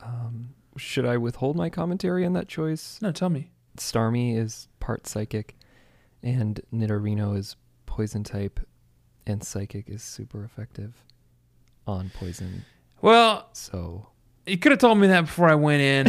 B: Um, should I withhold my commentary on that choice?
A: No, tell me.
B: Starmie is part psychic, and Nidorino is poison type, and psychic is super effective on poison.
A: Well,
B: So
A: you could have told me that before I went in.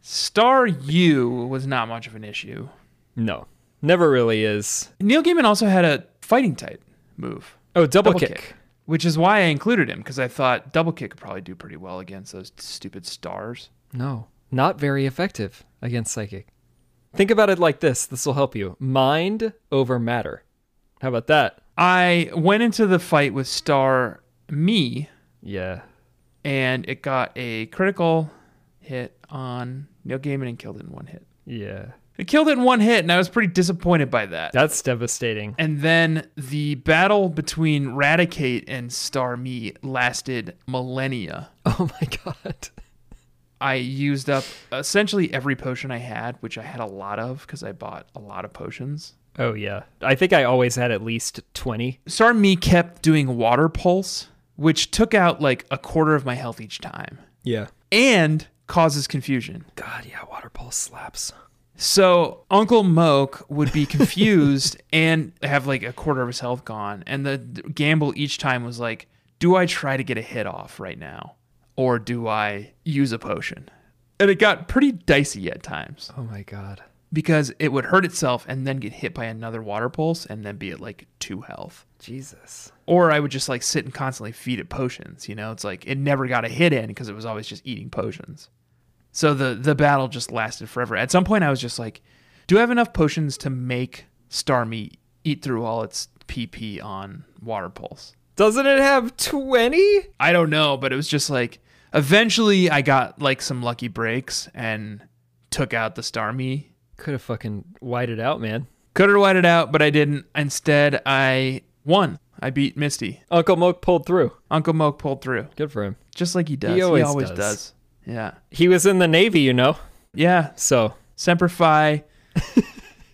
A: Star U was not much of an issue.
B: no, never really is.
A: Neil Gaiman also had a fighting type move.
B: Oh, double,
A: double
B: kick.
A: kick. which is why I included him because I thought double kick could probably do pretty well against those stupid stars.
B: No, not very effective against psychic. Think about it like this. This will help you. Mind over matter. How about that?
A: I went into the fight with star me
B: Yeah.
A: and it got a critical hit on Neil Gaiman and killed it in one hit.
B: Yeah.
A: It killed it in one hit and I was pretty disappointed by that.
B: That's devastating.
A: and then the battle between Raticate and Star Me lasted millennia.
B: Oh my god.
A: I used up essentially every potion I had, which I had a lot of because I bought a lot of potions.
B: Oh yeah. I think I always had at least 20.
A: Star Me kept doing water pulse, which took out like a quarter of my health each time
B: Yeah.
A: and causes confusion.
B: God, yeah, water pulse slaps.
A: So Uncle Moke would be confused and have like a quarter of his health gone. And the gamble each time was like, do I try to get a hit off right now or do I use a potion? And it got pretty dicey at times
B: Oh my god.
A: because it would hurt itself and then get hit by another water pulse and then be at like two health.
B: Jesus.
A: or I would just like sit and constantly feed it potions. You know, it's like it never got a hit in because it was always just eating potions. So the the battle just lasted forever. At some point, I was just like, "Do I have enough potions to make Starmie eat through all its PP on Water Pulse?"
B: Doesn't it have 20?
A: I don't know, but it was just like eventually I got like some lucky breaks and took out the Starmie.
B: Could have fucking whited it out, man.
A: Could have whited it out, but I didn't. Instead, I won. I beat Misty.
B: Uncle Moke pulled through.
A: Uncle Moke pulled through.
B: Good for him.
A: just like he does.
B: He
A: He
B: always
A: always,
B: does.
A: does. Yeah,
B: He was in the Navy, you know.
A: yeah.
B: So,
A: Semper Fi.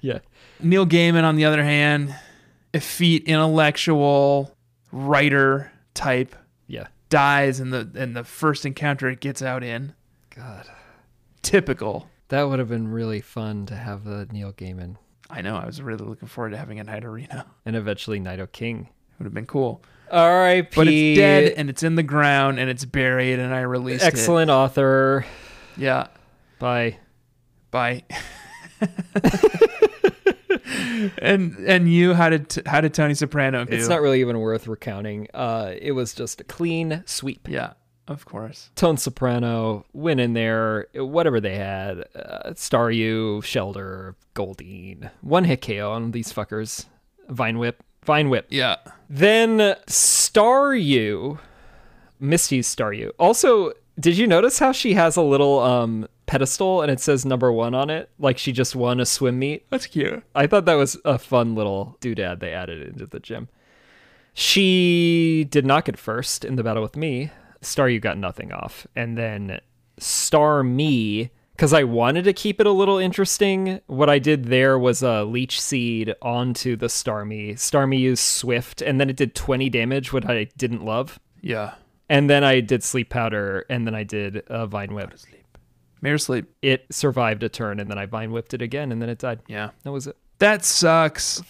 B: yeah.
A: Neil Gaiman, on the other hand, effete intellectual writer type,
B: Yeah.
A: dies in the in the first encounter it gets out in.
B: God.
A: Typical.
B: That would have been really fun to have the Neil Gaiman
A: I know. I was really looking forward to having a night arena.
B: and eventually Nido King.
A: It would have been cool.
B: R.I.P.
A: But it's dead and it's in the ground and it's buried and I released
B: Excellent author.
A: it. Yeah.
B: Bye.
A: Bye. and and you how did how did Tony Soprano do?
B: It's not really even worth recounting. Uh, it was just a clean sweep.
A: Yeah, of course.
B: Tone Soprano went in there, whatever they had, uh, Staryu, Shelter, Goldeen, one hit KO on these fuckers. Vine Whip, Vine Whip.
A: Yeah.
B: Then Staryu, Misty's Staryu. Also, did you notice how she has a little um, pedestal and it says number one on it? Like she just won a swim meet.
A: That's cute.
B: I thought that was a fun little doodad they added into the gym. She did not get first in the battle with me. Star you got nothing off. And then Star me, because I wanted to keep it a little interesting. What I did there was a leech seed onto the Star me. Star me used Swift, and then it did 20 damage, which I didn't love.
A: Yeah.
B: And then I did Sleep Powder, and then I did a Vine Whip.
A: Mayor sleep.
B: It survived a turn, and then I Vine Whipped it again, and then it died.
A: Yeah.
B: That was it.
A: That sucks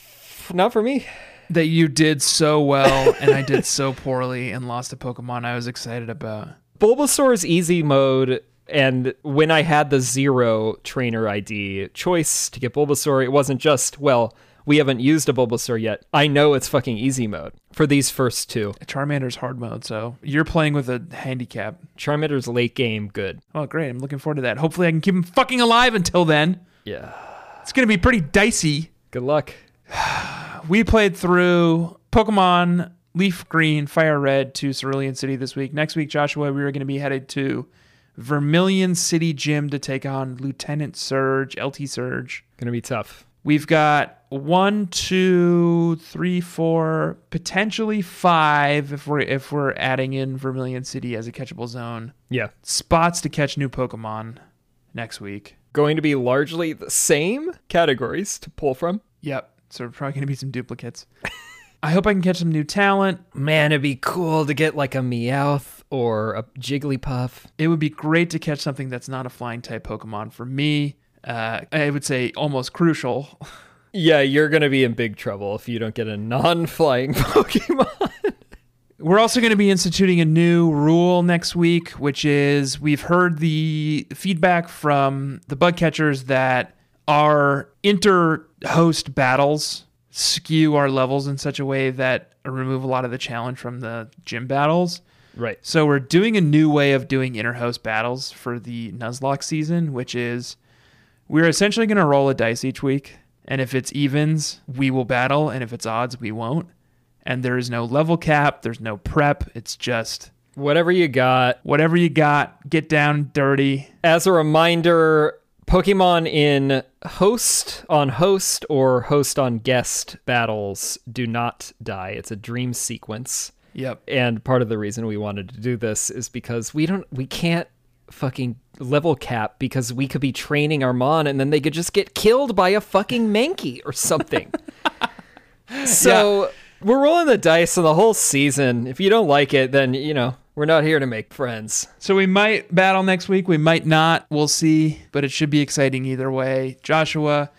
B: Not for me.
A: that you did so well and I did so poorly and lost a Pokemon I was excited about.
B: Bulbasaur's easy mode And when I had the zero trainer ID choice to get Bulbasaur, it wasn't just, well, we haven't used a Bulbasaur yet. I know it's fucking easy mode for these first two.
A: Charmander's hard mode, so you're playing with a handicap.
B: Charmander's late game, good.
A: Oh, great. I'm looking forward to that. Hopefully, I can keep him fucking alive until then.
B: Yeah.
A: It's going to be pretty dicey.
B: Good luck.
A: We played through Pokemon Leaf Green, Fire Red to Cerulean City this week. Next week, Joshua, we are going to be headed to Vermilion City Gym to take on Lieutenant Surge, LT Surge.
B: Gonna be tough.
A: We've got one, two, three, four, potentially five if we're if we're adding in Vermilion City as a catchable zone.
B: Yeah.
A: Spots to catch new Pokemon next week.
B: Going to be largely the same categories to pull from.
A: Yep. So we're probably gonna be some duplicates. I hope I can catch some new talent.
B: Man, it'd be cool to get like a Meowth or a Jigglypuff.
A: It would be great to catch something that's not a flying type Pokemon for me. Uh, I would say almost crucial.
B: Yeah, you're gonna be in big trouble if you don't get a non-flying Pokemon.
A: We're also going to be instituting a new rule next week, which is we've heard the feedback from the bug catchers that our inter host battles skew our levels in such a way that remove a lot of the challenge from the gym battles.
B: right.
A: So we're doing a new way of doing inner host battles for the Nuzlocke season, which is we're essentially going to roll a dice each week, and if it's evens, we will battle, and if it's odds, we won't. And there is no level cap, there's no prep. It's just
B: Whatever you got.
A: whatever you got, get down dirty.
B: As a reminder, Pokemon in host on host or host on guest battles do not die. It's a dream sequence.
A: Yep.
B: And part of the reason we wanted to do this is because we don't we can't fucking level cap because we could be training our mon and then they could just get killed by a fucking Mankey or something. so we're rolling the dice on the whole season. If you don't like it, then you know, we're not here to make friends.
A: So we might battle next week, we might not. We'll see, but it should be exciting either way. Joshua,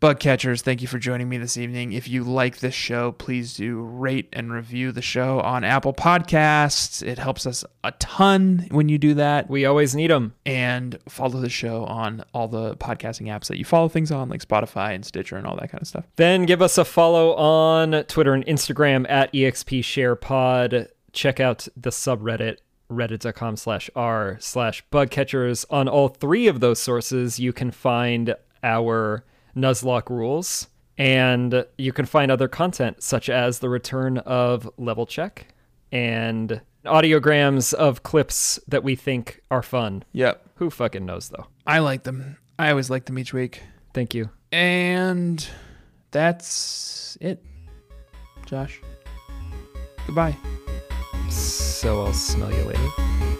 A: bug catchers, thank you for joining me this evening. If you like this show, please do rate and review the show on Apple Podcasts. It helps us a ton when you do that.
B: We always need them.
A: And follow the show on all the podcasting apps that you follow things on, like Spotify and Stitcher and all that kind of stuff.
B: Then give us a follow on Twitter and Instagram at E expsharepod. Check out the subreddit reddit.com slash r slash bugcatchers. On all three of those sources, you can find our Nuzlocke rules, and you can find other content such as the return of level check and audiograms of clips that we think are fun.
A: Yep.
B: Who fucking knows though?
A: I like them. I always like them each week.
B: Thank you.
A: And that's it, Josh. Goodbye.
B: So I'll smell you later.